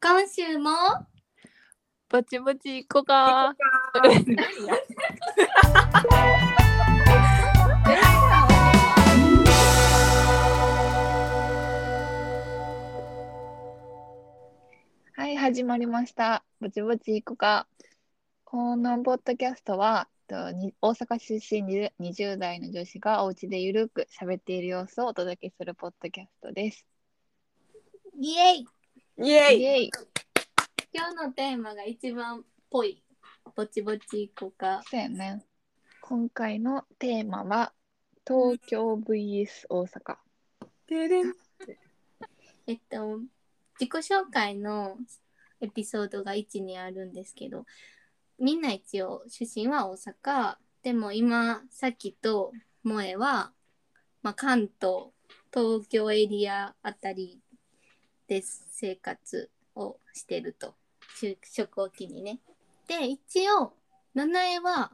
今週もぼちぼち行こうか。はい、始まりました。ぼちぼちいこか。このポッドキャストは、えっとに大阪出身20 20代の女子がお家でゆるく喋っている様子をお届けするポッドキャストです。イエイイイエイ。エイ今日のテーマが一番っぽい。ぼちぼち行こうか。そうやね。今回のテーマは、東京 VS 大阪。てれんえっと、自己紹介のエピソードが1にあるんですけど、みんな一応出身は大阪、でも今、さっきと萌えは、まあ、関東、東京エリアあたりで生活をしてると。就職を機にね。で、一応、七重は、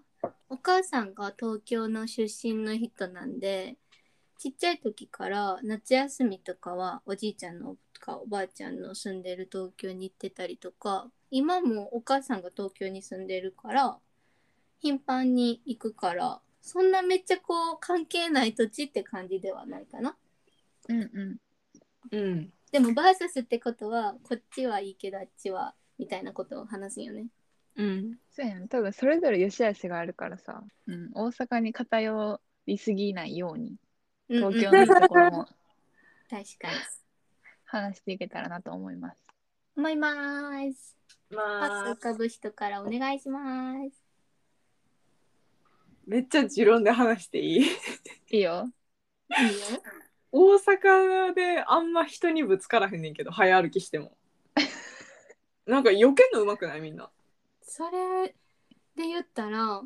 お母さんが東京の出身の人なんで、ちっちゃい時から夏休みとかはおじいちゃんのとかおばあちゃんの住んでる東京に行ってたりとか今もお母さんが東京に住んでるから頻繁に行くからそんなめっちゃこう関係ない土地って感じではないかなうんううん。でもバーサスってことはこっちはいいけどあっちはみたいなことを話すんよねうん。そうやね。多分それぞれ良し悪しがあるからさ、うん、大阪に偏りすぎないように、東京うんうんのいいところも確か話していけたらなと思います。に思いますパスま浮あ、かぶ人からお願いしますめっちゃ持論で話して いい。いいよ。いいよ大阪であんま人にぶつからへんねんけど、早歩きして も。なんか避けんのうまくないみんな。それで言ったら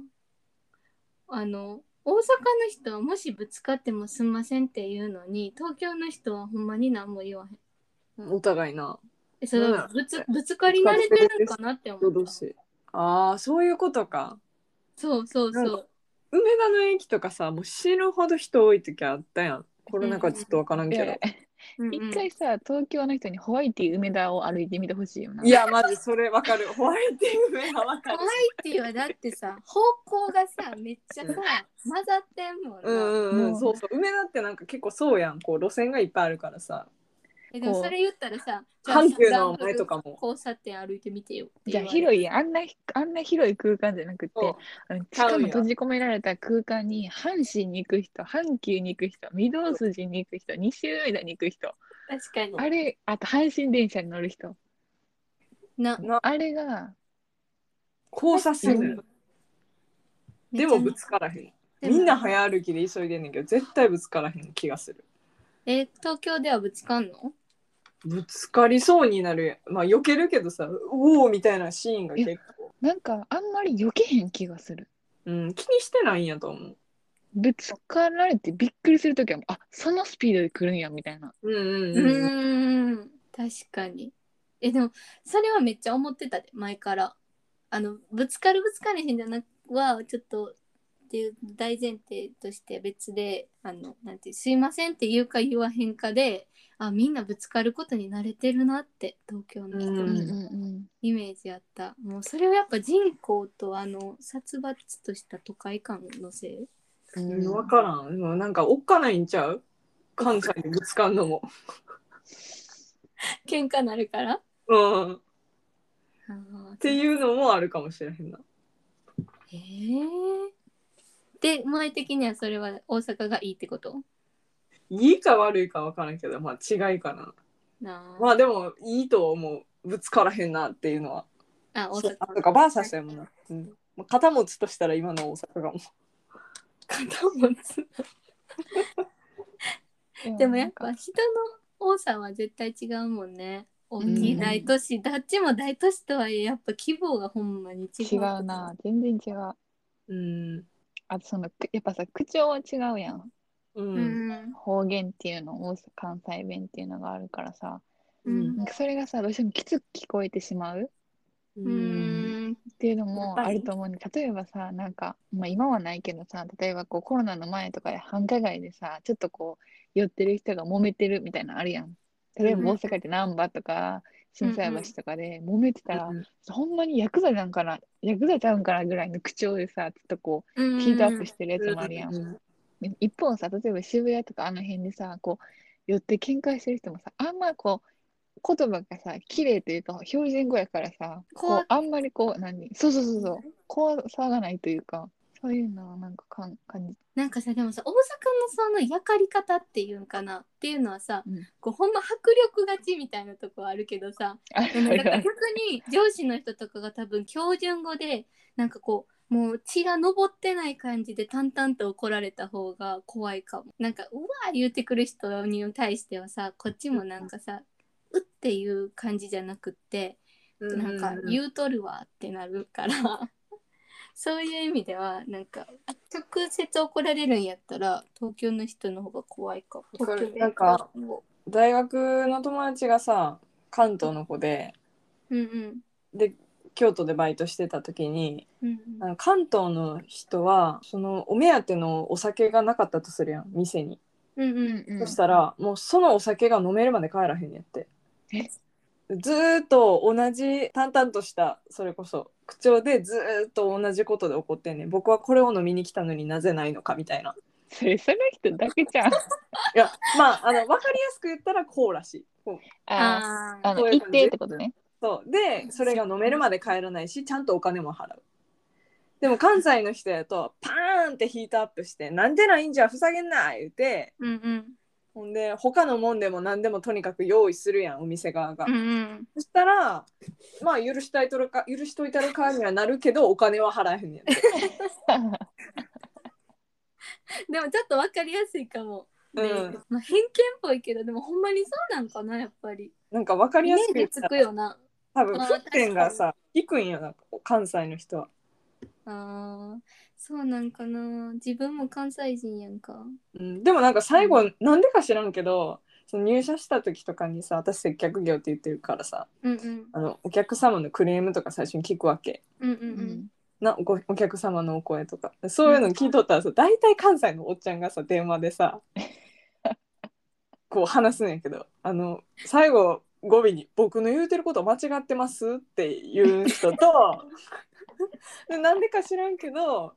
あの大阪の人はもしぶつかってもすんませんって言うのに東京の人はほんまに何も言わへんお互いな。えそれうんぶつぶつかり慣れてるんかなって思どっうたし。ああ、そういうことか。そうそうなそんう梅田の駅とかさ、もう死ぬほど人多い時あったやん。コロナ禍ちょっとわからんけど。でうんうん一回さ、東京の人にホワイティ梅田を歩いてみてほしいよな。いや、まずそれわかる。 ホワイティングはわかホ るワ。イティはだってさ方向がさめっちゃさ混ざってんもんな、うんうんうもん、うそうそう梅田ってなんか結構そうやんこう路線がいっぱいあるからさえでもそれ言ったらさ阪急の前とかも交差点歩いてみてよってじゃ言あわれる広いあんなあんな広い空間じゃなくてそうあのしちゃうよかも閉じ込められた空間に阪神に行く人阪急に行く人御堂筋に行く人西上田に行く人確かにあれあと阪神電車に乗る人なあれが交差すうるでもぶつからへんみんなや早歩きで急いでんねんけど絶対ぶつからへん気がするえ東京ではぶつかんのぶつかりそうになるまあ避けるけどさおおみたいなシーンが結構、なんかあんまり避けへん気がするうん、気にしてないんやと思うぶつかられてびっくりするときはあそのスピードで来るんやみたいなうんううんうーん、ん確かにえでもそれはめっちゃ思ってたで前からあのぶつかるぶつかれへんじゃなくはちょっとっていう大前提として別であのなんていうすいませんって言うか言わへんかであみんなぶつかることに慣れてるなって東京の人ううんんのうんうんイメージやった、もうそれはやっぱ人口とあの殺伐とした都会感のせいうん分からんでもなんかおっかないんちゃう関西でぶつかんのも喧嘩なるからうんっあーていうのもあるかもしれへんなへえで萌え的にはそれは大阪がいいってこといいか悪いか分からんけどまあ違いかななまあでもいいと思うぶつからへんなっていうのはああ大そう阪あとかバーサスやもんな、うん、まあ肩持つとしたら今の大阪がも肩持つでもやっぱ人の多さは絶対違うもんね大きい大都市、どっちも大都市とはいえやっぱ規模がほんまに違う違うな全然違ううんあとそのやっぱさ口調は違うやんううんん方言っていうの大阪関西弁っていうのがあるからさうなんんかそれがさどうしてもきつく聞こえてしまうううんんっていうのやっもぱりあると思うね例えばさなんか、まあ、今はないけどさ例えばこうコロナの前とかで繁華街でさちょっとこう寄ってる人が揉めてるみたいなのあるやん例えば大阪って難波とか心斎橋とかで揉めてたら、うんほんまにヤクザなんかなヤクザちゃうんかなぐらいの口調でさちょっとこうんううんヒートアップしてるやつもあるやん、うんで一方さ例えば渋谷とかあの辺でさこう寄って喧嘩してる人もさあんまこう言葉がさ綺麗というか標準語やからさここううあんまりこう何そうそうそうそう怖さがないというかそういうのはなんかかん感じなんかさでもさ大阪のそのやかり方っていうんかなっていうのはさ、うんこうほんま迫力勝ちみたいなとこはあるけどさあでもなんか 逆るに上司の人とかが多分標準語でなんかこうもう血が上ってない感じで淡々と怒られた方が怖いかもなんかうわー言うてくる人に対してはさこっちもなんかさうっていう感じじゃなくってうなんかう言うとるわってなるから、 そういう意味ではなんか直接怒られるんやったら東京の人の方が怖いかもわかる東京なんか大学の友達がさ関東の子でうんうんで京都でバイトしてた時にうんあの関東の人はそのお目当てのお酒がなかったとするやん店に、うんうんうんうんそしたらもうそのお酒が飲めるまで帰らへんねんってえずーっと同じ淡々としたそれこそ口調でずーっと同じことで怒ってんねん僕はこれを飲みに来たのになぜないのかみたいなそれその人だけじゃんいやまああの分かりやすく言ったらこうらしいこうああーあーこのういう一感じ定ってことねそうでそれが飲めるまで帰らないしちゃんとお金も払うでも関西の人やとパーンってヒートアップして「なんでないんじゃふさげんな」言うてうんうんほんで他のもんでも何でもとにかく用意するやんお店側が、うんうんそしたらまあ許したいとるか許しといたるかにはなるけどお金は払えへんねんてでもちょっとわかりやすいかも、ねうんまあ、偏見っぽいけどでもほんまにそうなんかなやっぱりなんか分かりイやメすくー言っジつたくらよな多分沸点がさ低いんよなんか関西の人はあーそうなんかな自分も関西人やんかうん、でもなんか最後なんでか知らんけどその入社した時とかにさ私接客業って言ってるからさうんうんあのお客様のクレームとか最初に聞くわけうんうんううんんなごお客様のお声とかそういうの聞いとったらさ大体関西のおっちゃんがさ電話でさこう話すんやけどあの最後語尾に「僕の言うてること間違ってます?」っていう人とでなんでか知らんけど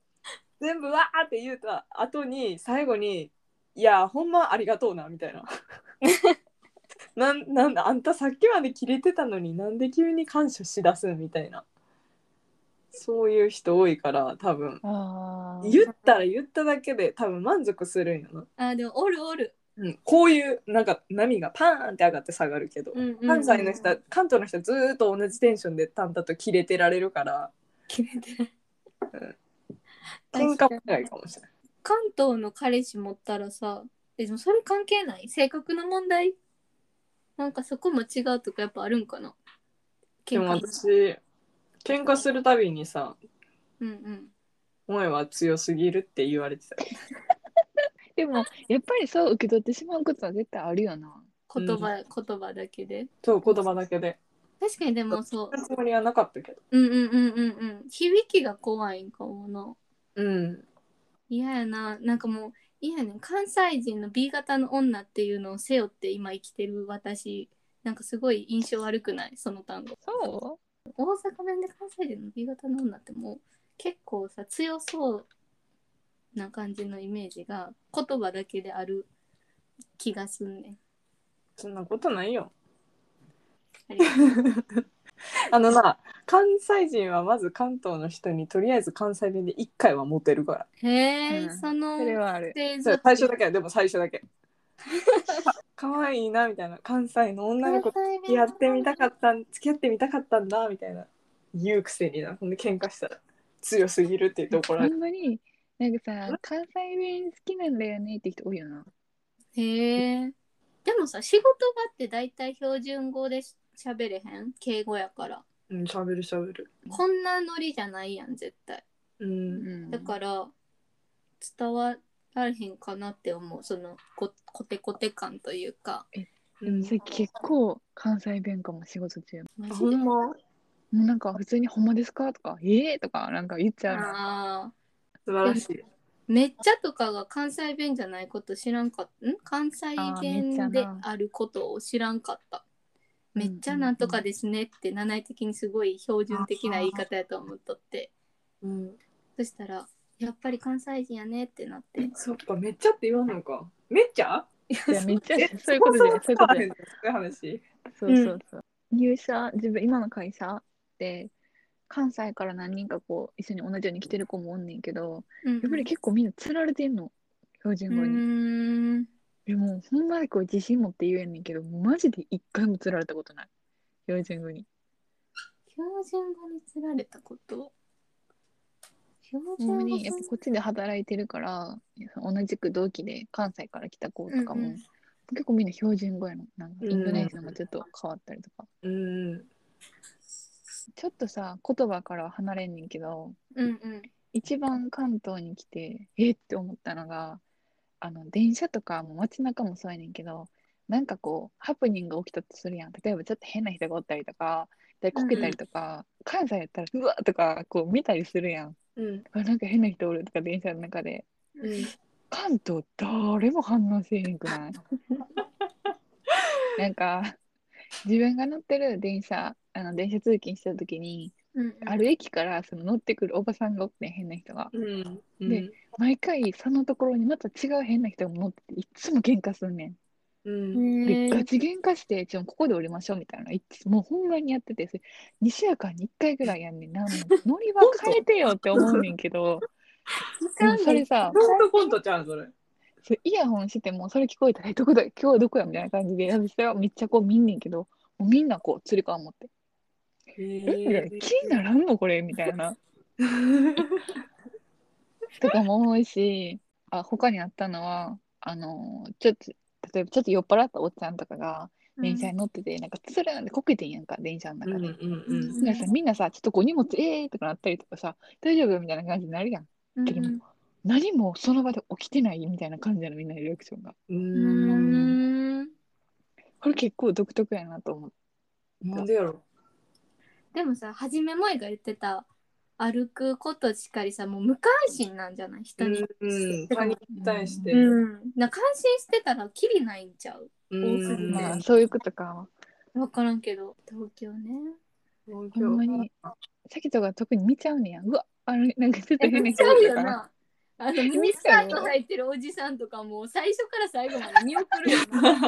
全部わーって言うた後に最後に「いやほんまありがとうな」みたいな。なんなんだあんたさっきまでキレてたのになんで急に感謝しだすみたいなそういう人多いから多分あー言ったら言っただけで多分満足するんやな、あーでもおるおるうん、こういうなんか波がパーンって上がって下がるけど、うんうんうん関西の人は関東の人はずーっと同じテンションで淡々とキレてられるからキレてる喧嘩もないかもしれない関東の彼氏持ったらさえでもそれ関係ない性格の問題なんかそこも違うとかやっぱあるんかなで喧も嘩私喧嘩するたびにさうんうん「萌えは強すぎる」って言われてたよでもやっぱりそう受け取ってしまうことは絶対あるよな言葉、言葉だけでそう言葉だけで確かにでも そうそんなつもりはなかったけどうんうんうんうんうん響きが怖いんかもなうん嫌やななんかもう嫌やねん関西人の B 型の女っていうのを背負って今生きてる私なんかすごい印象悪くないその単語そ大阪弁で関西人の B 型の女ってもう結構さ強そうな感じのイメージが言葉だけである気がすんねんそんなことないよありがとうあのな関西人はまず関東の人にとりあえず関西弁で1回はモテるから へえ、うんそのそれはあるフレーそズう最初だけやでも最初だけ かわいいなみたいな関西の女の子と付き合ってみたかったん付き合ってみたかったんだみたいな言うくせになほんで喧嘩したら強すぎるって言って怒らほれるんまになんかさ関西弁好きなんだよねって人多いよなへえでもさ仕事場って大体標準語でし喋れへん敬語やからうん喋る喋るこんなノリじゃないやん絶対ううんんだから伝わらへんかなって思うそのこコテコテ感というかうんそれ結構関西弁かも仕事中もマジほでんまうなんか普通に「ほんまですか?」とか「ええとかなんか言っちゃうなあ素晴らしいーめっちゃとかが関西弁じゃないこと知らんかったん関西あーめっちゃ弁なであることを知らんかっためっちゃなんとかですねって七重的にすごい標準的な言い方やと思っとってうん、そしたらやっぱり関西人やねってなってそっかめっちゃって言わんのかめっちゃいやめっちゃえそういうことじゃないそそうもそもいうことじ使わゃへんないのそういう話そうそうそう、入社自分今の会社で関西から何人かこう一緒に同じように来てる子もおんねんけどうんやっぱり結構みんなつられてんの標う準語に、ーんでもほんまにこう自信持って言えんねんけどマジで一回もつられたことない標準語に標準語につられたこと標ほんま準語にやっぱこっちで働いてるから同じく同期で関西から来た子とかも、うんうん結構みんな標準語やのなんかうんインドネーションがちょっと変わったりとか、うんちょっとさ言葉からは離れんねんけどうんうん一番関東に来てえっって思ったのがあの電車とかも街中もそうやねんけどなんかこうハプニングが起きたとするやん例えばちょっと変な人がおったりとかでこけたりとか、関西やったらうわとかこう見たりするやんうんあなんか変な人おるとか電車の中でうん関東誰も反応せえへんくないなんか自分が乗ってる電車あの電車通勤してた時に、うんうんある駅からその乗ってくるおばさんがおって変な人がうんで毎回そのところにまた違う変な人が乗ってていっつも喧嘩すんねうへんん、でーガチ喧嘩してちょここで降りましょうみたいないっつもうほんまにやっててそれ2週間に1回ぐらいやんねんなんもう乗り場変えてよって思うねんけどでもそれさコントコントちゃうんそれそうイヤホンしてもそれ聞こえたら「えどこだ今日はどこや」みたいな感じでやる人はめっちゃこう見んねんけどもうみんなこうつり革持って「えみたいな気にならんのこれ」みたい なとかも多いしあ他にあったのはあのちょっと例えばちょっと酔っ払ったおっちゃんとかが電車に乗ってて、なんかつるんってこけてんやんか電車のうん中うで。んうんだからさみんなさ、ちょっとこう荷物、えーとかなったりとかさ、大丈夫みたいな感じになるやん。うんけども、何もその場で起きてないみたいな感じなの、みんなのリアクションが。うんうんこれ結構独特やなと思う。なんでやろでもさはじめ萌えが言ってた歩くことしかりさもう無関心なんじゃない人に、うん他人に対してうんな関心してたらキリないんちゃううんまあ、そういうことか。分からんけど東京ね東ほんま京に。さきとか特に見ちゃうねや。うわ、あれ、なんかちょっとえ変な見人 ちゃういるよから。なあのミニスカート履いてるおじさんとかもう最初から最後まで見送るよな外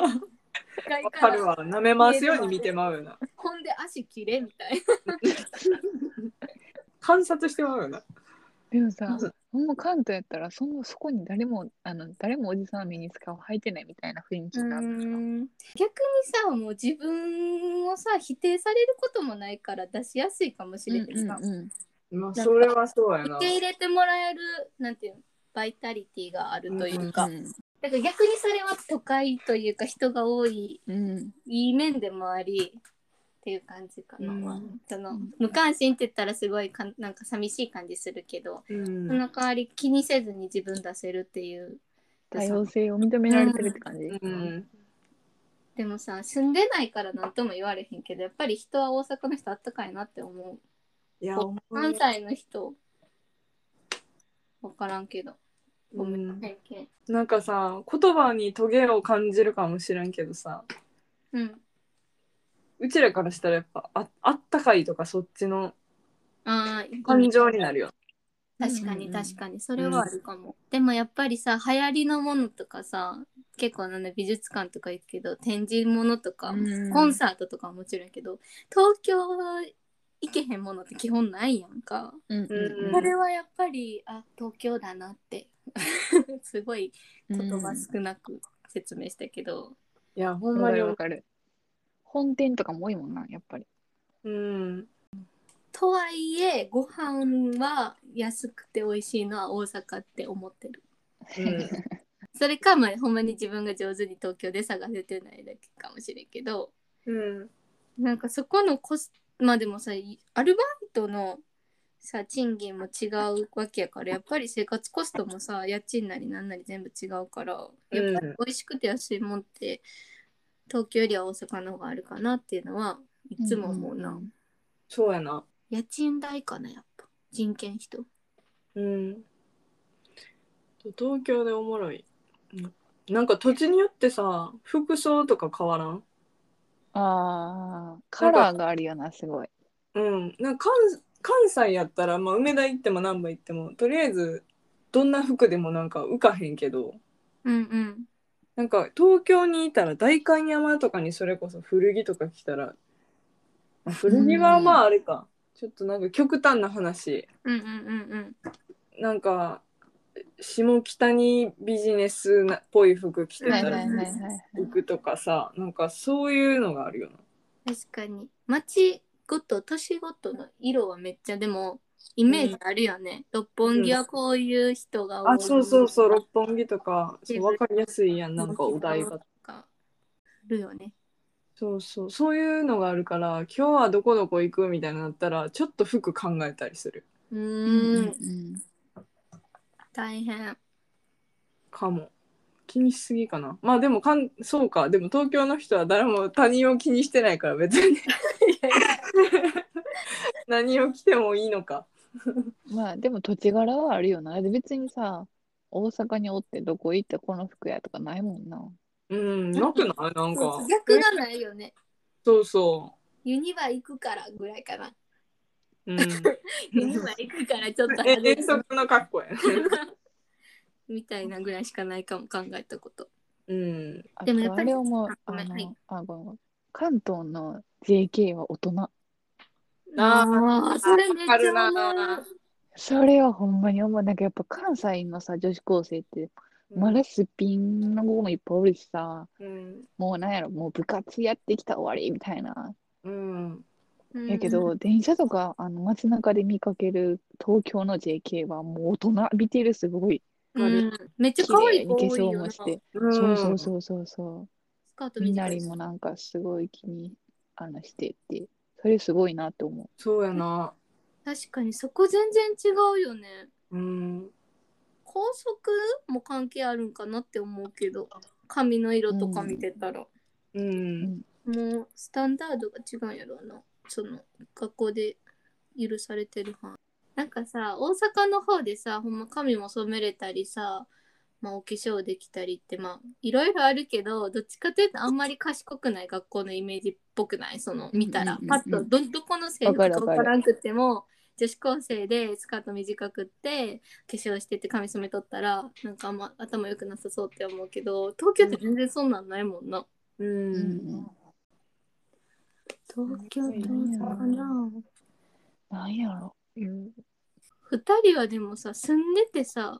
わかからるわ舐め回すように見てまうよなほんで足切れみたい観察してまうよなでもさうん、ほんま関東やったら、そんなそこに誰も、あの、誰もおじさんはミニスカを履いてないみたいな雰囲気にななる。逆にさもう自分をさ否定されることもないから出しやすいかもしうんれうなんいさ、うんまあそれはそうやな受け入れてもらえるなんていうのバイタリティがあるというか、うんだから逆にそれは都会というか人が多いうんいい面でもありっていう感じかな、うんそのうん無関心って言ったらすごいかなんか寂しい感じするけど、うんその代わり気にせずに自分出せるっていう多様性を認められてるって感じ。うんでもさ住んでないから何とも言われへんけどやっぱり人は大阪の人あったかいなって思ういやこ思う関西の人分からんけどごうめんん偏見なんかさ言葉にトゲを感じるかもしれんけどさうんうちらからしたらやっぱああったかいとかそっちのあー感情になるよ。確かうんうんうにん確かにそれはあるかも、でもやっぱりさ流行りのものとかさ結構なんだ美術館とか行くけど展示物とか、うんコンサートとかはもちろんやけど東京は行けへんものって基本ないやんか、うんうんそれはやっぱりあ東京だなって すごい言葉少なく説明したけど、いやほんわまかにるわかる。本店とかも多いもんな、やっぱり。うんとはいえご飯は安くて美味しいのは大阪って思ってるうんそれかまあほんまに自分が上手に東京で探せてないだけかもしれんけどうんなんかそこのコスまあでもさいアルバイトのさ賃金も違うわけやからやっぱり生活コストもさ家賃なりなんなり全部違うからやっぱり美味しくて安いもんって東京よりは大阪の方があるかなっていうのはいつも思うな、んそうやな。家賃代かなやっぱ人件費とうん東京でおもろい。うんなんか土地によってさ服装とか変わらんああ、カラーがあるよな、すごい。うん、なんか関関西やったら、まあ、梅田行っても難波行ってもとりあえずどんな服でもなんか浮かへんけどうんうん。なんか東京にいたら代官山とかにそれこそ古着とか着たらあ古着はまああれか、ちょっとなんか極端な話うんうんうんうん。なんか下北にビジネスなっぽい服着てはたいはいらはいはい行くとかさなんかそういうのがあるよな。確かに。街ごと、年ごとの色はめっちゃでも、イメージあるよね。六本木はこういう人が多い。あそうそうそう六本木とかそう分かりやすいやんなんかお台場とか。あるよね。そうそうそういうのがあるから今日はどこどこ行くみたいになったらちょっと服考えたりするううーん、ん。大変。かも気にしすぎかなまあでもかんそうかでも東京の人は誰も他人を気にしてないから 別に何を着てもいいのかまあ、でも土地柄はあるよな。だって別にさ、大阪におってどこ行ってこの服やとかないもんな。うんなくないなんか逆がないよね。そうそユニバ行くからぐらいかな。ううん ユニバ行くからちょっと外えれ遠足の格好やね みたいなぐらいしかないかも考えたこと。うんあでもやっとぱありれ思う。あごあめんはいの、あ、ごめんごめん。関東の JK は大人。あああ、それめっちゃ思うわかるなそれはほんまに思う。なんかやっぱ関西のさ、女子高生って、まだすっぴんの子もいっぱいおるしさ、うんもうなんやろ、もう部活やってきた終わりみたいな。うんうんやけど、電車とかあの街中で見かける東京の JK はもう大人びてるすごいうん、めっちゃ綺可愛麗いに子化多い粧よもな。して、うんそうそうそうそうそスカートうみな短いりしもなんかすごい気にあのしてってそれすごいなって思うそうやな確かにそこ全然違うよね。うん高速も関係あるんかなって思うけど、髪の色とか見てたら、うんもうスタンダードが違うんやろうな。その学校で許されてる範囲。なんかさ、大阪の方でさ、ほんま髪も染めれたりさ、まあ、お化粧できたりってまあいろいろあるけどどっちかというとあんまり賢くない学校のイメージっぽくないその見たらうんうんパうんッとどどこの制服わかかるわか分るからんくっても女子高生でスカート短くって化粧してて髪染めとったらなんかあんま頭良くなさそうって思うけど東京って全然そんなんないもんな、ううんうんんうん東京と大阪ななんやろ、うん、 2人はでもさ住んでてさ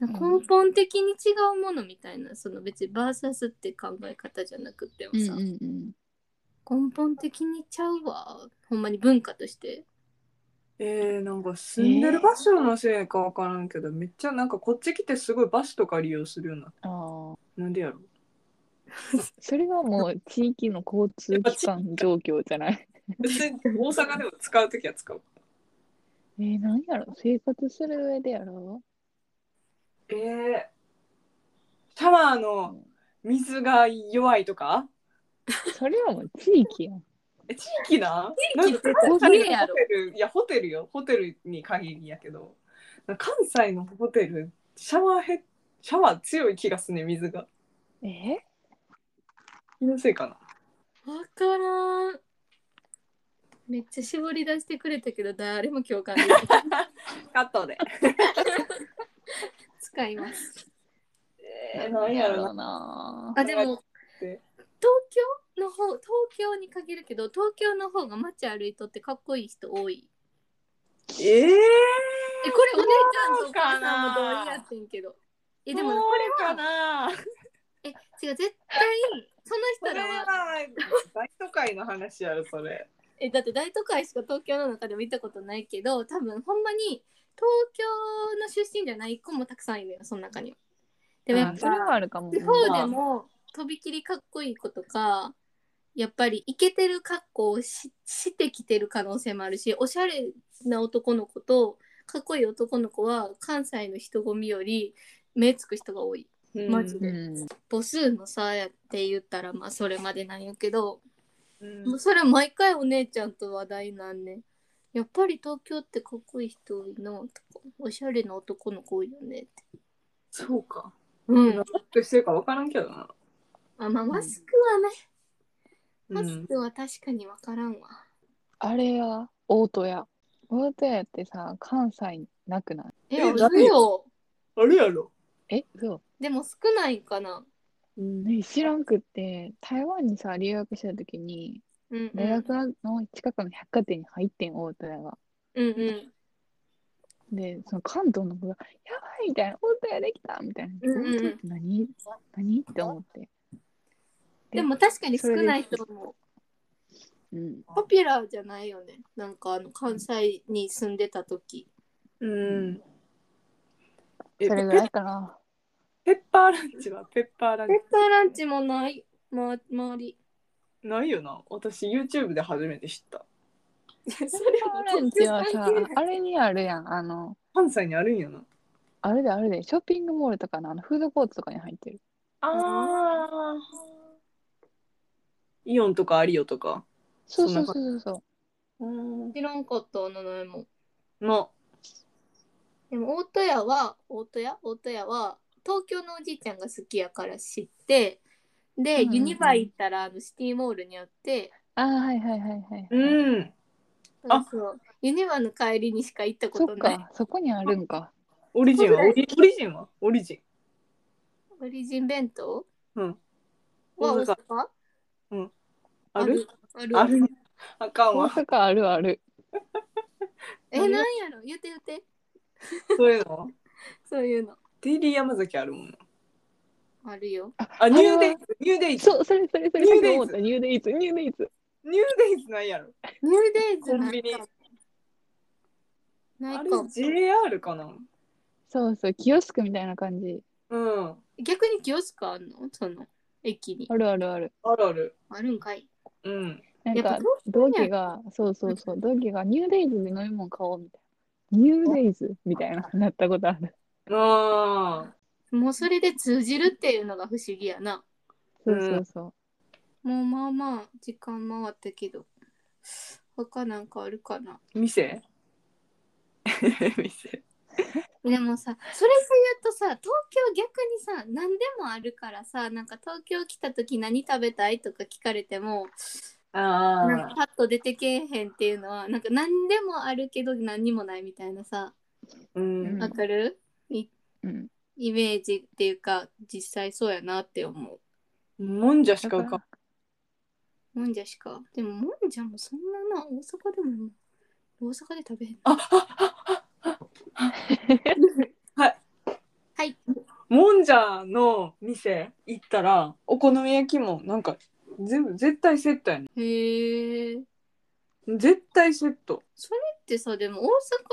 根本的に違うものみたいな、その別にバーサスって考え方じゃなくてもうんさ、うんうん根本的にちゃうわほんまに文化としてえー、なんか住んでる場所のせいかわからんけど、めっちゃなんかこっち来てすごいバスとか利用するようになっああたなんで やろそれはもう地域の交通機関状況じゃない別に大阪でも使うときは使う。 えー、なんやろ生活する上でやろえー、シャワーの水が弱いとかそれはもう地域やんえ地域な地域ってなんかホテルやろホテルいやホテルよホテルに限りやけどなんか関西のホテルシャワーヘッシャワー強い気がすんね水がえー気のせいかなわからんめっちゃ絞り出してくれたけど誰も共感できないカットで 使いますえー、なんやろなうなあでもで東京の方東京に限るけど東京の方が街歩いとってかっこいい人多いえー、えこれお姉ちゃんとお母さんも同意やってんけどえでもこれそうかはなえ違う絶対そその人れらはは大都会の話やろそれ。えだって大都会しか東京の中でも行ったことないけど多分ほんまに東京の出身じゃない子もたくさんいるよその中にはでもやっあそれぱはあるかも地う方だでもとびきりかっこいい子とかやっぱりイケてる格好をししてきてる可能性もあるしおしゃれな男の子とかっこいい男の子は関西の人混みより目つく人が多いマジうでん母数の差やって言ったらまあそれまでなんやけどうんもうそれ毎回お姉ちゃんと話題なんねやっぱり東京ってかっこいい人多いなとかおしゃれな男の子多いよねってそうか。う何としてるか分からんけどな。あまあんマスクはね、うマんスクは確かにわからんわ。あれや、大戸屋。大戸屋ってさ、関西になくなえ、いえ嘘よ。あれやろえ、そう。でも少ないかな。うんね、知らんくって、台湾にさ、留学した時に、うん、う大ん。学の近くの百貨店に入ってん、大戸屋が。うんうん。で、その関東の子が、やばいみたいな、大戸屋できたみたいな。うんうんうん大戸屋って何何って思って。でも確かに少それでないと思う。うん。ポピュラーじゃないよね。なんかあの関西に住んでた時。うんえそれぐらいかな。ペッパーランチはペッパーランペチッパーランチもない、ま、周り。ないよな私 YouTube で初めて知ったいやそれオもランチはさ、ああれれにあるやん。あの、関西にあるんやなあれであれで、ショッピングモールとかのあのフードコートとかに入ってる。あイオンとかアリオとかそうそうそうそうそう。うん知らんかった、名前も。のでも大戸屋は大戸屋大戸屋は東京のおじいちゃんが好きやから知ってで、うんうんうんユニバ行ったらあのシティモールにあってああ、はいはいはいはい。うんあそうそうユニバの帰りにしか行ったこそっとないか、そこにあるんか。オリジンはオリオリジンはオリジンオリジン弁当うんは大大阪阪あるああるるあかん大わ阪あるある。えなんやろ言って言ってそういうのそういうのデイリー山崎あるもんなあるよあニューデイイズニューデイズそう、それそれそれ。ニューさっきデイズ思ったニューデイズ、ニューデイズ。ニューデイズないやろニューデイズコなンいビニかなあいれかも JR かなそうそう、キヨスクみたいな感じ。うん逆にキオスクあんのその駅にあるあるある。あるあるあるんかいうんなんやっかぱ、同期が、そうそうそう、同期がニューデイズで飲み物買おうみたいな。ニューデイズみたいな、なったことある。あもうそれで通じるっていうのが不思議やなそうそうそう。もうまあまあ時間回ったけど他なんかあるかなー 店店でもさそれで言うとさ東京逆にさ何でもあるからさなんか東京来た時何食べたいとか聞かれてもあなんかパッと出てけえへんっていうのはなんか何でもあるけど何にもないみたいなさうんわかる、うん。イメージっていうか実際そうやなって思うもんじゃしか浮かんもんじゃしかでももんじゃもそんなな大阪でも大阪で食べへんああはいもんじゃの店行ったらお好み焼きもなんか全部絶対セットやねへえん絶対セットってさでも大阪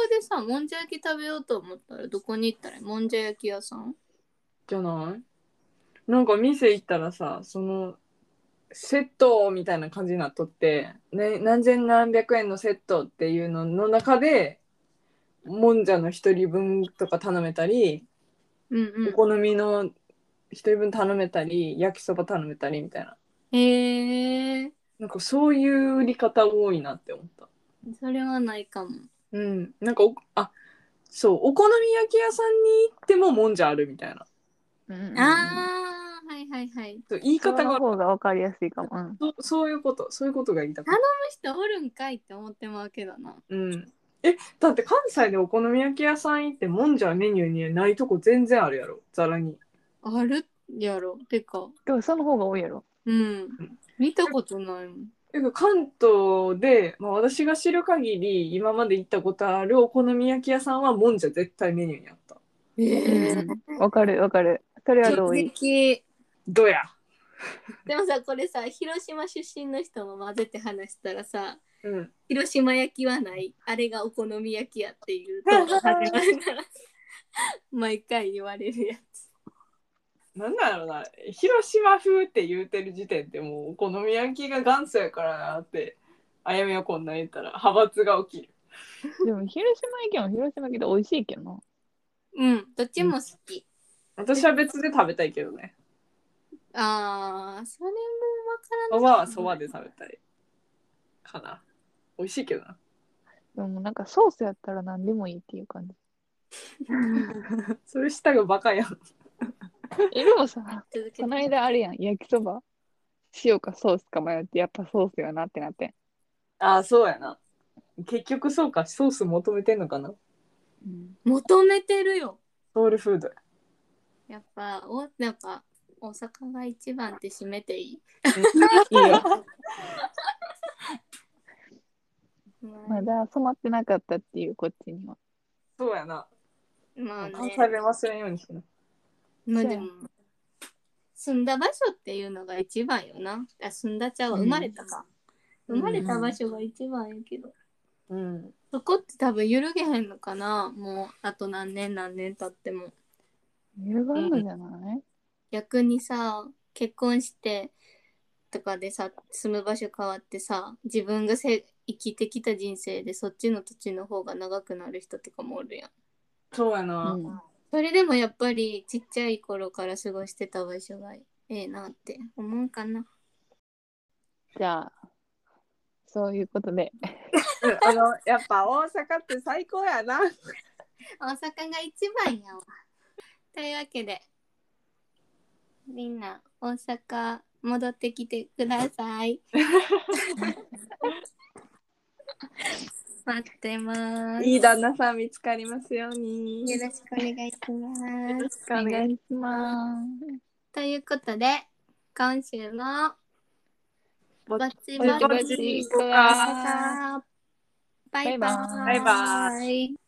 でさもんじゃ焼き食べようと思ったらどこに行ったらいいもんじゃ焼き屋さんじゃないなんか店行ったらさそのセットみたいな感じになっとって、ね、何千何百円のセットっていうのの中でもんじゃの一人分とか頼めたりうんおう好みの一人分頼めたり焼きそば頼めたりみたいなんへえなんかそういう売り方多いなって思ったそれはないかもうんなんかおあそうお好み焼き屋さんに行ってももんじゃあるみたいなうんあーはいはいはいそう言いそ方のが方がわかりやすいかも。うんそうそういうことそういうことが言いたかったこの人おるんかいって思ってまうけどなうんえだって関西でお好み焼き屋さん行ってもんじゃメニューにないとこ全然あるやろざらにあるやろてかでもその方が多いやろ。うん見たことないもんてか関東で、まあ、私が知る限り今まで行ったことあるお好み焼き屋さんはもんじゃ絶対メニューにあったええうんわかるわかる。それは同意。敵どやでもさこれさ広島出身の人も混ぜて話したらさうん広島焼きはないあれがお好み焼きやっていうとこ始まるから毎回言われるやつなんだろうな広島風って言うてる時点でもうお好み焼きが元祖やからなってあやめはこんなん言ったら派閥が起きるでも広島行けも広島行けで美味しいけどな。うんどっちも好き、私は別で食べたいけどねあーそれもそわばからなはいそばで食べたいかな美味しいけどなでもなんかソースやったら何でもいいっていう感じ。それ下がバカやんえ、でもさ、 続けこての間あるやん、焼きそば。塩かソースか迷ってやっぱソースよなってなって、ああ、そうやな。結局そうか、ソース求めてんのかな。求めてるよソウルフードや。やっぱおなんか大阪が一番って締めていい、いいよ。まだ染まってなかったっていうこっちにはそうやな。まあ関ね西弁忘れんようにしな。まあそうでやも住んだ場所っていうのが一番よなあ住んだちゃうわうん生まれたか、うん生まれた場所が一番やけど、うん。そこって多分揺るげへんのかなもうあと何年何年経っても揺がんのじゃない、逆にさ結婚してとかでさ住む場所変わってさ自分がせ生きてきた人生でそっちの土地の方が長くなる人とかもおるやんそうやな。うんそれでもやっぱりちっちゃい頃から過ごしてた場所がええなって思うかなじゃあそういうことでうんあの、やっぱ大阪って最高やな。大阪が一番やわ。というわけでみんな大阪戻ってきてください。待ってます。いい旦那さん見つかりますように。よろしくお願いします。お願いしいしますということで今週もぼぼっちぼぼちぼちちごご覧く覧くだださいバイババイ。イバイ